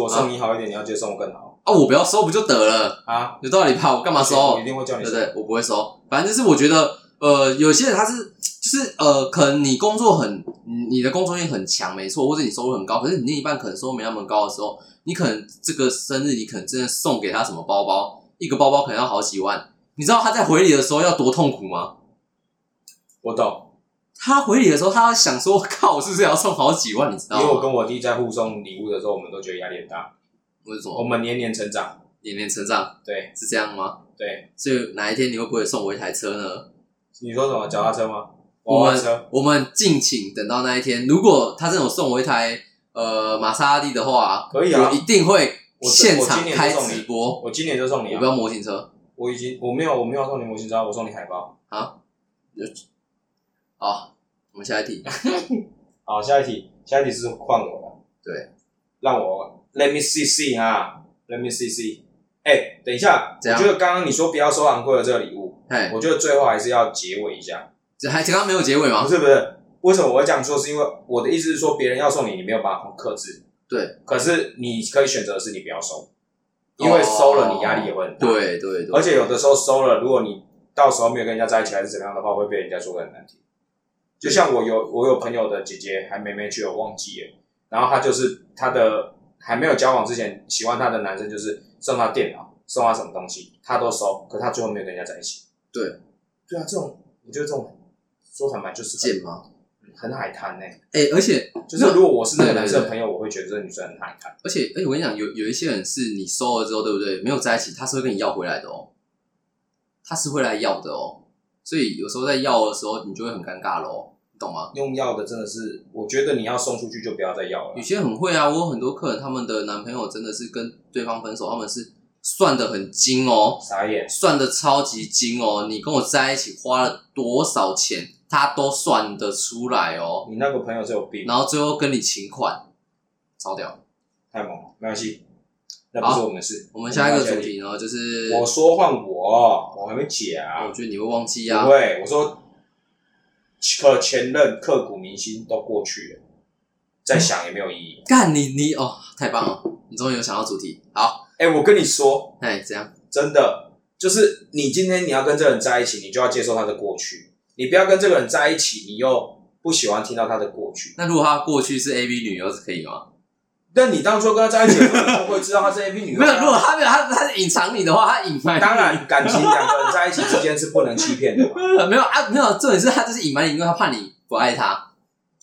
Speaker 3: 我送你好一点，你要觉得送我更好
Speaker 2: 啊我不要收不就得了，
Speaker 3: 啊？
Speaker 2: 有道理吧？我干嘛收？
Speaker 3: 我一定会叫你
Speaker 2: 对
Speaker 3: 收
Speaker 2: 不。对？我不会收，反正就是我觉得，呃，有些人他是就是呃，可能你工作很，你你的工作性很强，没错，或者你收入很高，可是你另一半可能收入没那么高的时候，你可能这个生日你可能真的送给他什么包包，一个包包可能要好几万，你知道他在回礼的时候要多痛苦吗？
Speaker 3: 我懂，
Speaker 2: 他回礼的时候，他要想说，靠，我是不是也要送好几万？你知
Speaker 3: 因
Speaker 2: 道
Speaker 3: 为我
Speaker 2: 吗？
Speaker 3: 跟我弟在互送礼物的时候，我们都觉得压力很大。
Speaker 2: 我是什
Speaker 3: 我
Speaker 2: 么
Speaker 3: 们年年成长，
Speaker 2: 年年成长
Speaker 3: 对
Speaker 2: 是这样吗？
Speaker 3: 对。
Speaker 2: 所以哪一天你会不会送我一台车呢？
Speaker 3: 你说什么？脚踏车吗？
Speaker 2: 我
Speaker 3: 娃娃
Speaker 2: 们
Speaker 3: 车？
Speaker 2: 我们敬请等到那一天。如果他真的有送我一台呃玛莎拉蒂的话，
Speaker 3: 可以啊
Speaker 2: 我一定会
Speaker 3: 我
Speaker 2: 现
Speaker 3: 我
Speaker 2: 场
Speaker 3: 今年
Speaker 2: 开
Speaker 3: 就送你
Speaker 2: 直播。
Speaker 3: 我今年就送你
Speaker 2: 我
Speaker 3: 啊
Speaker 2: 不！要模型车
Speaker 3: 我已经我没有我没有送你模型车，啊我送你海报。
Speaker 2: 好，我们下一 题。
Speaker 3: 好，下一题，下一题是换我了。
Speaker 2: 对，
Speaker 3: 让我 Let me see see 啊，Let me see see。哎、等一下，
Speaker 2: 怎样
Speaker 3: 我觉得刚刚你说不要收昂贵的这个礼物，
Speaker 2: 哎，
Speaker 3: 我觉得最后还是要结尾一下。
Speaker 2: 这还刚刚没有结尾吗
Speaker 3: 不？是不是，为什么我会这样说？是因为我的意思是说，别人要送你，你没有办法克制。
Speaker 2: 对，哦
Speaker 3: 可是你可以选择的是你不要收，因为收了你压力也会很大。
Speaker 2: 对对对，
Speaker 3: 而且有的时候收了，如果你到时候没有跟人家在一起还是怎么样的话，会被人家说的很难听。就像我有我有朋友的姐姐还没没去，我忘记了。然后她就是她的还没有交往之前，喜欢她的男生就是送她电脑，送她什么东西，她都收，可她最后没有跟人家在一起。
Speaker 2: 对，
Speaker 3: 对啊，这种我觉得这种说坦白就是
Speaker 2: 贱吗？
Speaker 3: 很海滩呢、欸
Speaker 2: 哎，而且
Speaker 3: 就是如果我是那个
Speaker 2: 对对
Speaker 3: 男生
Speaker 2: 对
Speaker 3: 的朋友，我会觉得这个女生很海滩。
Speaker 2: 而且而且我跟你讲，有有一些人是你收了之后，对不对？没有在一起，他是会跟你要回来的哦，他是会来要的哦。所以有时候在要的时候，你就会很尴尬喽，你懂吗？
Speaker 3: 用药的真的是，我觉得你要送出去就不要再要了
Speaker 2: 有。些人很会啊，我有很多客人，他们的男朋友真的是跟对方分手，他们是算的很精哦，
Speaker 3: 傻眼。
Speaker 2: 算的超级精哦。你跟我在一起花了多少钱？他都算得出来哦，
Speaker 6: 你那个朋友是有病，
Speaker 2: 然后最后跟你请款，超屌。
Speaker 6: 太猛了，没关系，那不是
Speaker 2: 好
Speaker 6: 我们的事。
Speaker 2: 我们下一个
Speaker 6: 要
Speaker 2: 主
Speaker 6: 确定，
Speaker 2: 题呢，就是
Speaker 6: 我说换我，我还没
Speaker 2: 我
Speaker 6: 讲，
Speaker 2: 觉得你会忘记啊
Speaker 6: 不，会，我说可前任刻骨铭心都过去了，再想也没有意义。
Speaker 2: 干你你哦，太棒了，你终于有想到主题，好，
Speaker 6: 哎、我跟你说，
Speaker 2: 哎，这样
Speaker 6: 真的，就是你今天你要跟这个人在一起，你就要接受他的过去，你不要跟这个人在一起，你又不喜欢听到他的过去。
Speaker 2: 那如果他过去是 A V 女优是可以吗？
Speaker 6: 那你当初跟他在一起，的时候，你都会知道他是 A B 女优
Speaker 2: 没有，如果
Speaker 6: 啊。
Speaker 2: 他没有他他隐藏你的话，他隐瞒你
Speaker 6: 当然，感情两个人在一起之间是不能欺骗的嘛。
Speaker 2: 没有啊，没有，重点是他就是隐瞒你，因为他怕你不爱他。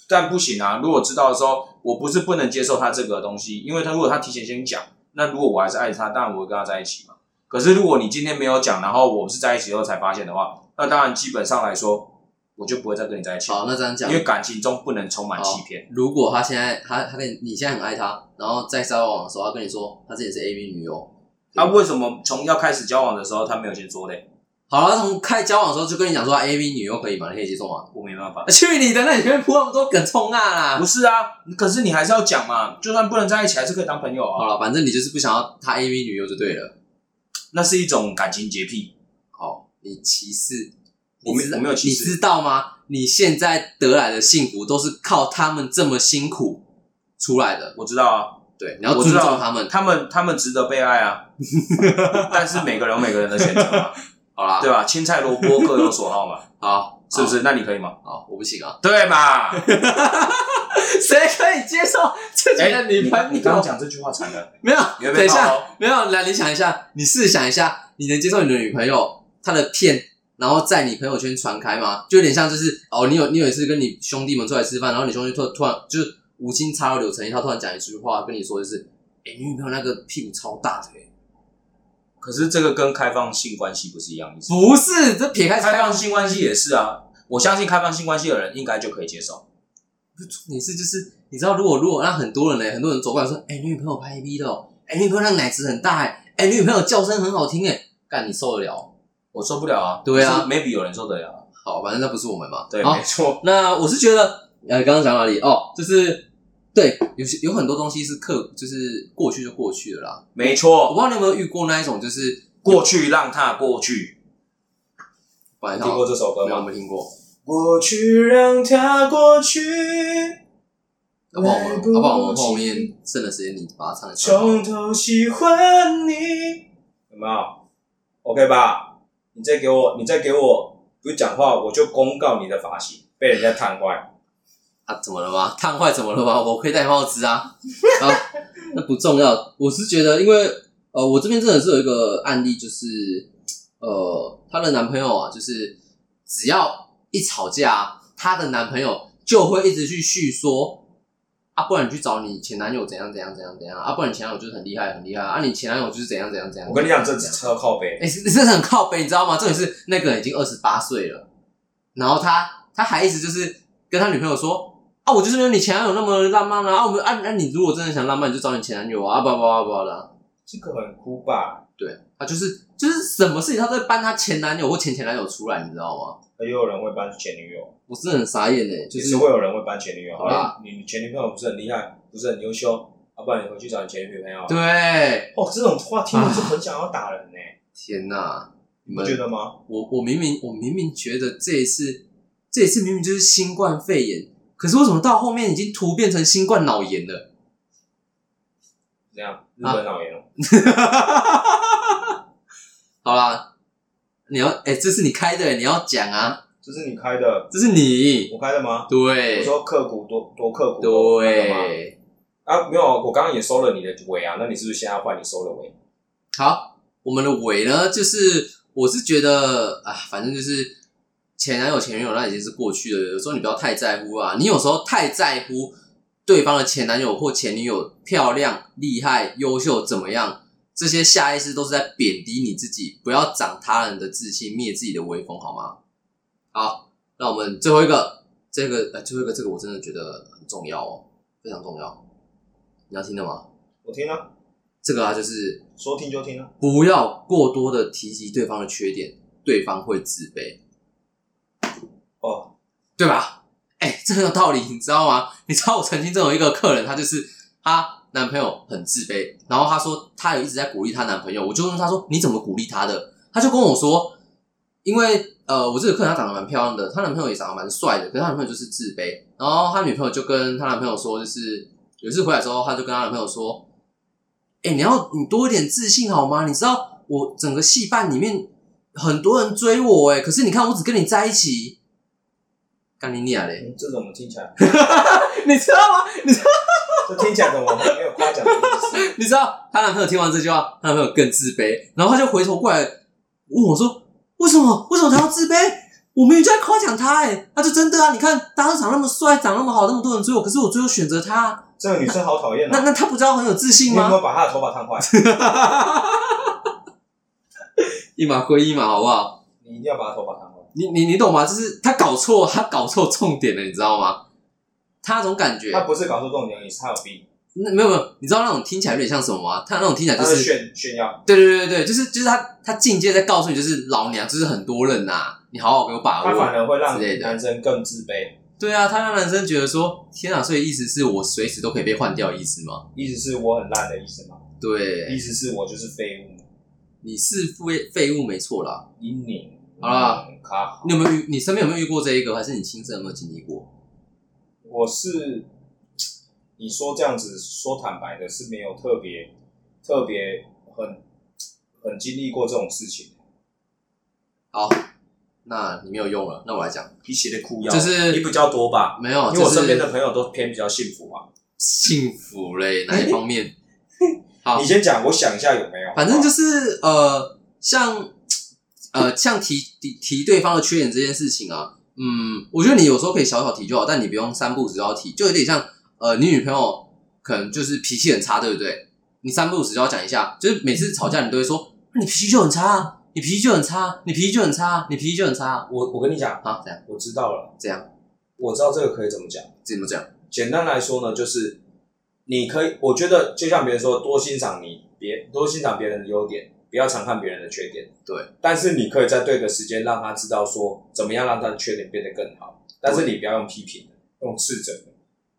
Speaker 3: 但不行啊！如果知道的时候，我不是不能接受他这个东西，因为他如果他提前先讲，那如果我还是爱他，当然我会跟他在一起嘛。可是如果你今天没有讲，然后我们是在一起后才发现的话，那当然基本上来说，我就不会再跟你在一起，
Speaker 2: 好，那这样讲
Speaker 3: 因，为感情中不能充满欺骗。
Speaker 2: 如果他现在他他跟你你现在很爱他，然后在交往的时候，他跟你说他自己是 A V 女优，
Speaker 3: 那、啊为什么从要开始交往的时候他没有先说嘞？
Speaker 2: 好了，他从开交往的时候就跟你讲说 A V 女优可以吗？你可以接受吗？
Speaker 3: 我没办法
Speaker 2: 啊。去你的，那你前面铺那么多梗冲啊
Speaker 3: 不
Speaker 2: 啦！
Speaker 3: 是啊，可是你还是要讲嘛，就算不能在一起，还是可以当朋友
Speaker 2: 好
Speaker 3: 啊。
Speaker 2: 了，反正你就是不想要他 A V 女优就对了。
Speaker 3: 那是一种感情洁癖。
Speaker 2: 好，你歧视，
Speaker 3: 我
Speaker 2: 你
Speaker 3: 没
Speaker 2: 知道
Speaker 3: 我没有歧视
Speaker 2: 你知道吗？你现在得来的幸福都是靠他们这么辛苦出来的，
Speaker 3: 我知道啊，
Speaker 2: 对，你要
Speaker 3: 我
Speaker 2: 尊
Speaker 3: 知
Speaker 2: 重
Speaker 3: 道
Speaker 2: 他们。
Speaker 3: 他们他们值得被爱 啊。但是每个人有每个人的选择嘛，
Speaker 2: 好啦，
Speaker 3: 对吧？青菜萝卜各有所好嘛，
Speaker 2: 好，
Speaker 3: 是不是？那你可以吗？
Speaker 2: 好？好，我不行啊。
Speaker 3: 对嘛？哎
Speaker 2: 谁可以接受自己的女
Speaker 3: 刚
Speaker 2: 朋
Speaker 3: 哎你刚刚
Speaker 2: 友？
Speaker 3: 讲这句话惨了，
Speaker 2: 没有，
Speaker 3: 你会
Speaker 2: 等
Speaker 3: 被
Speaker 2: 一
Speaker 3: 泡
Speaker 2: 下，
Speaker 3: 哦。
Speaker 2: 没有。来，你想一下，你试想一下，你能接受你的女朋友她的片，然后在你朋友圈传开吗？就有点像就是哦，你有你有一次跟你兄弟们出来吃饭，然后你兄弟突突然就是无心插柳柳成荫，他突然讲一句话跟你说就是，哎、你女朋友那个屁股超大的、欸，
Speaker 3: 可是这个跟开放性关系不是一样意思？
Speaker 2: 不是，这撇开
Speaker 3: 开
Speaker 2: 开
Speaker 3: 放
Speaker 2: 放，
Speaker 3: 性关系也是啊。我相信开放性关系的人应该就可以接受。
Speaker 2: 你是就是你知道，如果如果让很多人呢、很多人走过来说，哎、你女朋友拍 V 的、哦，哎、你女朋友那个奶子很大、欸，哎、你女朋友叫声很好听、欸，哎，干你受得了哦？
Speaker 3: 我受不了啊！
Speaker 2: 对
Speaker 3: 可
Speaker 2: 啊
Speaker 3: 是，maybe 有人受得了啊。
Speaker 2: 好，反正那不是我们嘛。
Speaker 3: 对，
Speaker 2: 好
Speaker 3: 没，错。
Speaker 2: 那我是觉得，呃，刚刚讲哪里？哦，就是对，有些有很多东西是刻，就是过去就过去了啦。
Speaker 3: 没
Speaker 2: 我不
Speaker 3: 错，
Speaker 2: 知道你有没有遇过那一种，就是
Speaker 3: 过去让它过去。
Speaker 2: 不然
Speaker 6: 听过
Speaker 2: 没
Speaker 6: 这首歌
Speaker 2: 有
Speaker 6: 吗？
Speaker 2: 没听过？
Speaker 6: 过去让它过去，
Speaker 2: 要不然我
Speaker 6: 来
Speaker 2: 们，要
Speaker 6: 不及
Speaker 2: 不然我们后面剩的时间你把它唱一
Speaker 6: 从
Speaker 2: 唱。
Speaker 6: 头喜欢你，有没有？OK 吧？你再给我，你再给我不讲话，我就公告你的发型被人家烫坏。
Speaker 2: 啊，怎么了吗？烫坏怎么了吗？我可以戴帽子啊。啊，那不重要。我是觉得，因为呃，我这边真的是有一个案例，就是呃，她的男朋友啊，就是只要一吵架，啊她的男朋友就会一直去叙说啊，不然你去找你前男友怎样怎样怎样怎样啊，不然你前男友就是很厉害很厉害啊，你前男友就是怎样怎样怎样。
Speaker 6: 我跟你讲，
Speaker 2: 怎
Speaker 6: 这
Speaker 2: 样怎
Speaker 6: 只
Speaker 2: 样
Speaker 6: 车靠背，
Speaker 2: 哎、这是很靠北，你知道吗？重点是那个人已经二十八岁了，然后他他还一直就是跟他女朋友说啊，我就是没有你前男友那么浪漫啊，啊我们啊，那、你如果真的想浪漫，你就找你前男友啊，啊不不不不的，
Speaker 6: 这个很酷吧？
Speaker 2: 对，他就是就是什么事情他都会搬他前男友或前前男友出来，你知道吗？
Speaker 6: 也有人会搬前女友，
Speaker 2: 我真的很傻眼呢、就
Speaker 6: 也
Speaker 2: 是
Speaker 6: 是会有人会搬前女友。
Speaker 2: 好啦
Speaker 6: 哎你前女朋友不是很厉害，不是很优秀，要、不然你回去找你前女朋友啊。
Speaker 2: 对，
Speaker 6: 哦，这种话听了是很想要打人呢、
Speaker 2: 天哪，你
Speaker 6: 你不
Speaker 2: 们
Speaker 6: 觉得吗？
Speaker 2: 我我明明我明明觉得这一次这一次明明就是新冠肺炎，可是为什么到后面已经突变成新冠脑炎了？
Speaker 6: 这样日本老爷、
Speaker 2: 好啦，你要哎、这是你开的，你要讲啊，
Speaker 6: 这是你开的，
Speaker 2: 这是你
Speaker 6: 我开的吗？我
Speaker 2: 对
Speaker 6: 说刻骨多多刻骨多那个吗
Speaker 2: 对，
Speaker 6: 啊，没有，我刚刚也收了你的尾啊，那你是不是现在换你收了尾？
Speaker 2: 好，我们的尾呢，就是我是觉得啊，反正就是前男友前女友那已经是过去了，有时候你不要太在乎啊，你有时候太在乎对方的前男友或前女友漂亮、厉害、优秀怎么样，这些下意识都是在贬低你自己，不要长他人的自信，灭自己的威风，好吗？好，那我们最后一个，这个呃，最后一个这个我真的觉得很重要哦，非常重要，你要听的吗？
Speaker 6: 我听啊，
Speaker 2: 这个啊，就是
Speaker 6: 说听就听啊。
Speaker 2: 不要过多的提及对方的缺点，对方会自卑。
Speaker 6: 哦，
Speaker 2: 对吧？哎、这很有道理，你知道吗？你知道我曾经就有一个客人，她就是她男朋友很自卑，然后她说她有一直在鼓励她男朋友，我就问她说你怎么鼓励她的？她就跟我说，因为呃，我这个客人她长得蛮漂亮的，她男朋友也长得蛮帅的，可是她男朋友就是自卑。然后她女朋友就跟她男朋友说，就是有一次回来之后，她就跟她男朋友说，哎、你要你多一点自信好吗？你知道我整个戏班里面很多人追我哎、可是你看我只跟你在一起，干你娘嘞！
Speaker 3: 这怎么听起来？
Speaker 7: 你知道吗？你知道
Speaker 3: 这听起来怎么没有夸奖的意 思？
Speaker 2: 你知道她男朋友听完这句话，她男朋友更自卑，然后她就回头过来问我说：“为什么？为什么她要自卑？我明明就在夸奖她哎，她就真的啊！你看，大家都长那么帅，长那么好，那么多人追我，可是我最后选择她，
Speaker 3: 这个女生好讨厌
Speaker 2: 那
Speaker 3: 啊！
Speaker 2: 那她不知道很有自
Speaker 3: 你
Speaker 2: 信
Speaker 3: 有没有
Speaker 2: 吗？
Speaker 3: 把她的头发 烫坏？
Speaker 2: 一码归一码，好不好？
Speaker 3: 你一定要把她头发烫坏。
Speaker 2: 你你你懂吗？就是她搞错，她搞错重点了，你知道吗？她那种感觉，
Speaker 3: 她不是搞错重点而已，是她有病，
Speaker 2: 那没有没有，你知道那种听起来有点像什么吗？她那种听起来
Speaker 3: 她
Speaker 2: 就是是
Speaker 3: 炫炫耀。
Speaker 2: 对对对对，就是就是他他境界在告诉你，就是老娘就是很多人呐、你好好给我
Speaker 6: 啊
Speaker 2: 把
Speaker 3: 她反
Speaker 2: 握。
Speaker 3: 而会让
Speaker 2: 之类的
Speaker 3: 男生更自卑，
Speaker 2: 对啊，他让男生觉得说，天啊，所以意思是我随时都可以被换掉，意思吗？
Speaker 3: 意思是我很烂的意思吗？意
Speaker 2: 对，
Speaker 3: 思是我就是废物吗？
Speaker 2: 你是废废物没错啦。
Speaker 3: 阴影
Speaker 2: 好啦，
Speaker 3: 嗯卡
Speaker 2: 你有没有遇？你身边有没有遇过这一个？还是你亲身有没有经历过？
Speaker 3: 我是你说这样子说坦白的，是没有特别特别很很经历过这种事情。
Speaker 2: 好，那你没有用了，那我来讲，
Speaker 3: 比起的哭腰
Speaker 2: 就是
Speaker 3: 你比较多吧，
Speaker 2: 没有，
Speaker 3: 因为我身边
Speaker 2: 就
Speaker 3: 的
Speaker 2: 是
Speaker 3: 朋友都偏比较幸福嘛。
Speaker 2: 幸福嘞，哪一方面？好
Speaker 3: 你，先讲，我想一下有没有。
Speaker 2: 哦反正就是呃，像呃，像提提提对方的缺点这件事情啊，嗯，我觉得你有时候可以小小提就好，但你不用三不五时就要提，就有点像呃，你女朋友可能就是脾气很差，对不对？你三不五时就要讲一下，就是每次吵架你都会说，啊你脾气就很差啊，你脾气就很差啊，你脾气就很差啊，你脾气就很差啊，
Speaker 3: 我我跟你讲，
Speaker 2: 啊，这样
Speaker 3: 我知道了，
Speaker 2: 这样
Speaker 3: 我知道这个可以怎么讲。
Speaker 2: 怎么讲？
Speaker 3: 简单来说呢，就是你可以，我觉得就像别人说，多欣赏你别多欣赏别人的优点，不要常看别人的缺点。
Speaker 2: 对，
Speaker 3: 但是你可以在对的时间让他知道说，怎么样让他的缺点变得更好。但是你不要用批评的，用斥责的，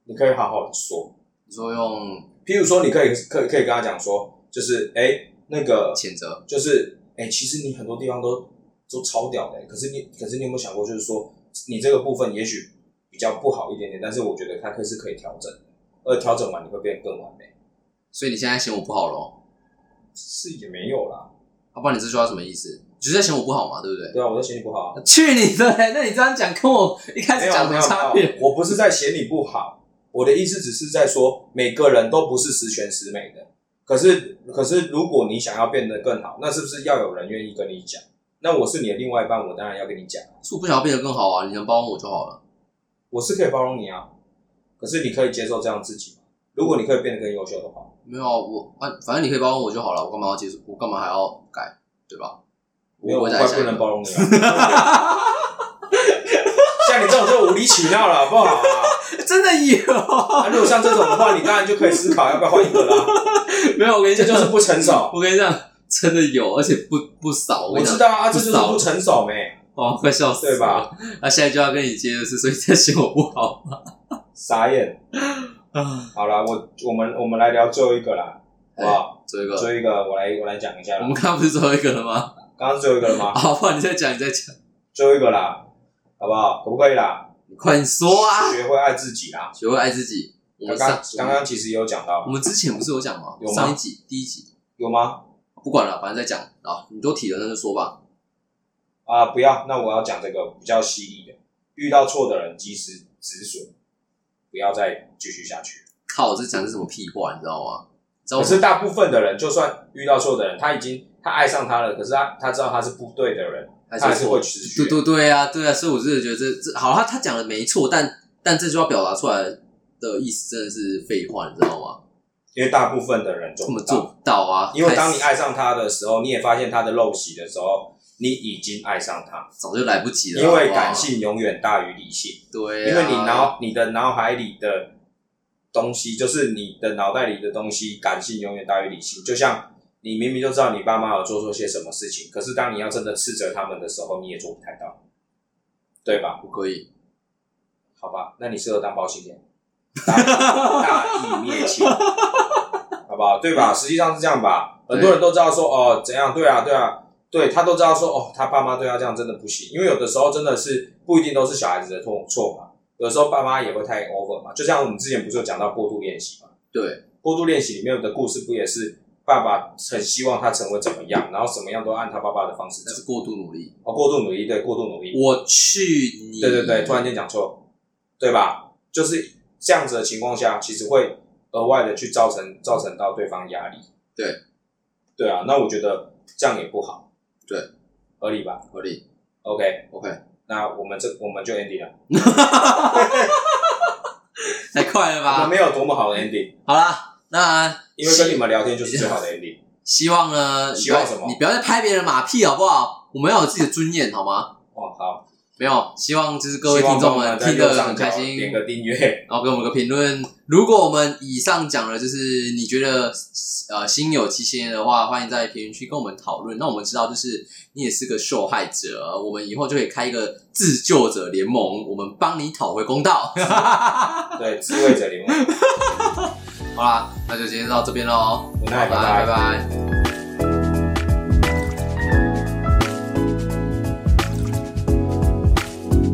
Speaker 3: 你可以好好的说。
Speaker 2: 你说用
Speaker 3: 譬如说，你可以可以可以跟他讲说，就是哎、那个
Speaker 2: 谴责，
Speaker 3: 就是哎、欸其实你很多地方都都超屌的欸、可是你可是你有没有想过，就是说你这个部分也许比较不好一点点，但是我觉得它可以是可以调整的，而调整完你会变得更完美，
Speaker 2: 所以你现在嫌我不好咯？
Speaker 3: 是也没有啦，
Speaker 2: 要、不然你这句话什么意思？你就是在嫌我不好嘛，对不对？
Speaker 3: 对啊，我在嫌你不 好啊，
Speaker 2: 去你的嘞！那你这样讲跟我一开
Speaker 3: 没
Speaker 2: 始
Speaker 3: 有
Speaker 2: 讲
Speaker 3: 没
Speaker 2: 的
Speaker 3: 有
Speaker 2: 差
Speaker 3: 没有
Speaker 2: 别，，
Speaker 3: 我不是在嫌你不好，我的意思只是在说每个人都不是十全十美的，可是可是如果你想要变得更好，那是不是要有人愿意跟你讲？那我是你的另外一半，我当然要跟你讲。
Speaker 2: 是我不想要变得更好啊！你能包容我就好了。
Speaker 3: 我是可以包容你啊，可是你可以接受这样自己吗？如果你可以变得更优秀的话，
Speaker 2: 没有啊，我啊，反正你可以包容我就好了，我干嘛要接受？我干嘛还要改？对吧？
Speaker 3: 没有
Speaker 2: 我
Speaker 3: 我
Speaker 2: 会
Speaker 3: 快
Speaker 2: 再下
Speaker 3: 不
Speaker 2: 一
Speaker 3: 能
Speaker 2: 个。
Speaker 3: 包容你了、 像你这种就无理取闹了，好不好啊？
Speaker 2: 真的有？
Speaker 3: 那如果像这种的话，你当然就可以思考要不要换一个啦。
Speaker 2: 没有，我跟你
Speaker 3: 这
Speaker 2: 讲，
Speaker 3: 就是不成熟。
Speaker 2: 我跟你讲，真的有，而且不不少。
Speaker 3: 我
Speaker 2: 跟你
Speaker 3: 知
Speaker 2: 讲，
Speaker 3: 道啊，这就是不成熟没、
Speaker 2: 哇，快笑死了
Speaker 3: 对吧？
Speaker 2: 那下一句要跟你接的是，所以你在嫌我不好
Speaker 3: 傻眼。
Speaker 2: 啊？
Speaker 3: 好啦，我我们我们来聊最后一个啦，好不好？
Speaker 2: 最后一
Speaker 3: 最
Speaker 2: 个，
Speaker 3: 后一个我来我来讲一下
Speaker 2: 我
Speaker 3: 啦
Speaker 2: 们。刚刚不是最后一个了吗？
Speaker 3: 刚刚是最后一个了吗？
Speaker 2: 好，不然你再讲，你再讲，
Speaker 3: 最后一个啦，好不好？可不可以啦？
Speaker 2: 你快点说啊！
Speaker 3: 学会爱自己啦。
Speaker 2: 学会爱自己。我
Speaker 3: 刚
Speaker 2: 们
Speaker 3: 刚
Speaker 2: 上
Speaker 3: 刚刚其实有讲到
Speaker 2: 我，们之前不是有讲吗
Speaker 3: 有？吗
Speaker 2: 上一集第一集
Speaker 3: 有吗？
Speaker 2: 不管了，反正再讲啊，你都提了那就说吧。
Speaker 3: 啊、不要，那我要讲这个比较犀利的，遇到错的人及时止损，不要再继续下去。
Speaker 2: 靠，这讲的是什么屁话，你知道吗？你知道
Speaker 3: 可
Speaker 2: 我
Speaker 3: 是大部分的人，就算遇到错的人，他已经他爱上他了，可是他他知道他是不对的人，
Speaker 2: 还
Speaker 3: 他还是
Speaker 2: 说
Speaker 3: 会持续
Speaker 2: 对对对啊，对啊，所以我真的觉得这这好，他他讲的没错，但但这句话表达出来的意思真的是废话，你知道吗？
Speaker 3: 因为大部分的人做
Speaker 2: 根
Speaker 3: 不
Speaker 2: 本做
Speaker 3: 到。
Speaker 2: 不到啊！
Speaker 3: 因为当你
Speaker 2: 太
Speaker 3: 爱上他的时候，你也发现他的陋习的时候，你已经爱上他，
Speaker 2: 早就来不及了，
Speaker 3: 因为
Speaker 2: 好不好
Speaker 3: 感性永远大于理性。
Speaker 2: 对啊，
Speaker 3: 因为你脑你的脑海里的东西，就是你的脑袋里的东西，感性永远大于理性。就像你明明就知道你爸妈有做错些什么事情，可是当你要真的斥责他们的时候，你也做不太到，对吧？
Speaker 2: 不可以，
Speaker 3: 好吧，那你适合当包青天，大大义灭亲，好不好？对
Speaker 2: 嗯
Speaker 3: 吧？实际上是这样吧，很多人都知道说哦怎样，对啊，对啊，对他都知道说哦，他爸妈对他这样真的不行，因为有的时候真的是不一定都是小孩子的错错嘛，有时候爸妈也会太 over 嘛，就像我们之前不是有讲到过度练习嘛，
Speaker 2: 对，
Speaker 3: 过度练习里面的故事不也是爸爸很希望他成为怎么样，然后怎么样都按他爸爸的方式
Speaker 2: 那
Speaker 3: 走
Speaker 2: 是，过度努力。
Speaker 3: 哦，过度努力，对，过度努力，
Speaker 2: 我去你，
Speaker 3: 对对对，突然间讲错，对吧？就是这样子的情况下，其实会额外的去造成造成到对方压力。
Speaker 2: 对，
Speaker 3: 对啊，那我觉得这样也不好。
Speaker 2: 对，
Speaker 3: 合理吧
Speaker 2: 合理
Speaker 3: ？OK，
Speaker 2: ，OK，
Speaker 3: 那我们这我们就 ending 了，
Speaker 2: 太快了
Speaker 3: 我们
Speaker 2: 吧？
Speaker 3: 没有多么好的 ending，
Speaker 2: 好啦，那
Speaker 3: 因为跟你们聊天就是最好的 ending。
Speaker 2: 希望呢，
Speaker 3: 希望
Speaker 2: 你不要
Speaker 3: 什么
Speaker 2: 你不要再拍别人马屁好不好？我们要有自己的尊严好吗？
Speaker 3: 哇，好，
Speaker 2: 没有，希望就是各位听
Speaker 3: 希望
Speaker 2: 众
Speaker 3: 帮我
Speaker 2: 们
Speaker 3: 们在
Speaker 2: 听
Speaker 3: 右
Speaker 2: 得很
Speaker 3: 上角
Speaker 2: 开心，
Speaker 3: 点个订阅。
Speaker 2: 然后给我们个评论。如果我们以上讲了，就是你觉得呃心有戚戚焉的话，欢迎在评论区跟我们讨论。那我们知道，就是你也是个受害者，我们以后就可以开一个自救者联盟，我们帮你讨回公道。
Speaker 3: 对，自卫者联盟，
Speaker 2: 好啦，那就今天到这边喽，
Speaker 3: 无奈，
Speaker 2: 拜
Speaker 3: 拜拜
Speaker 2: 拜。拜。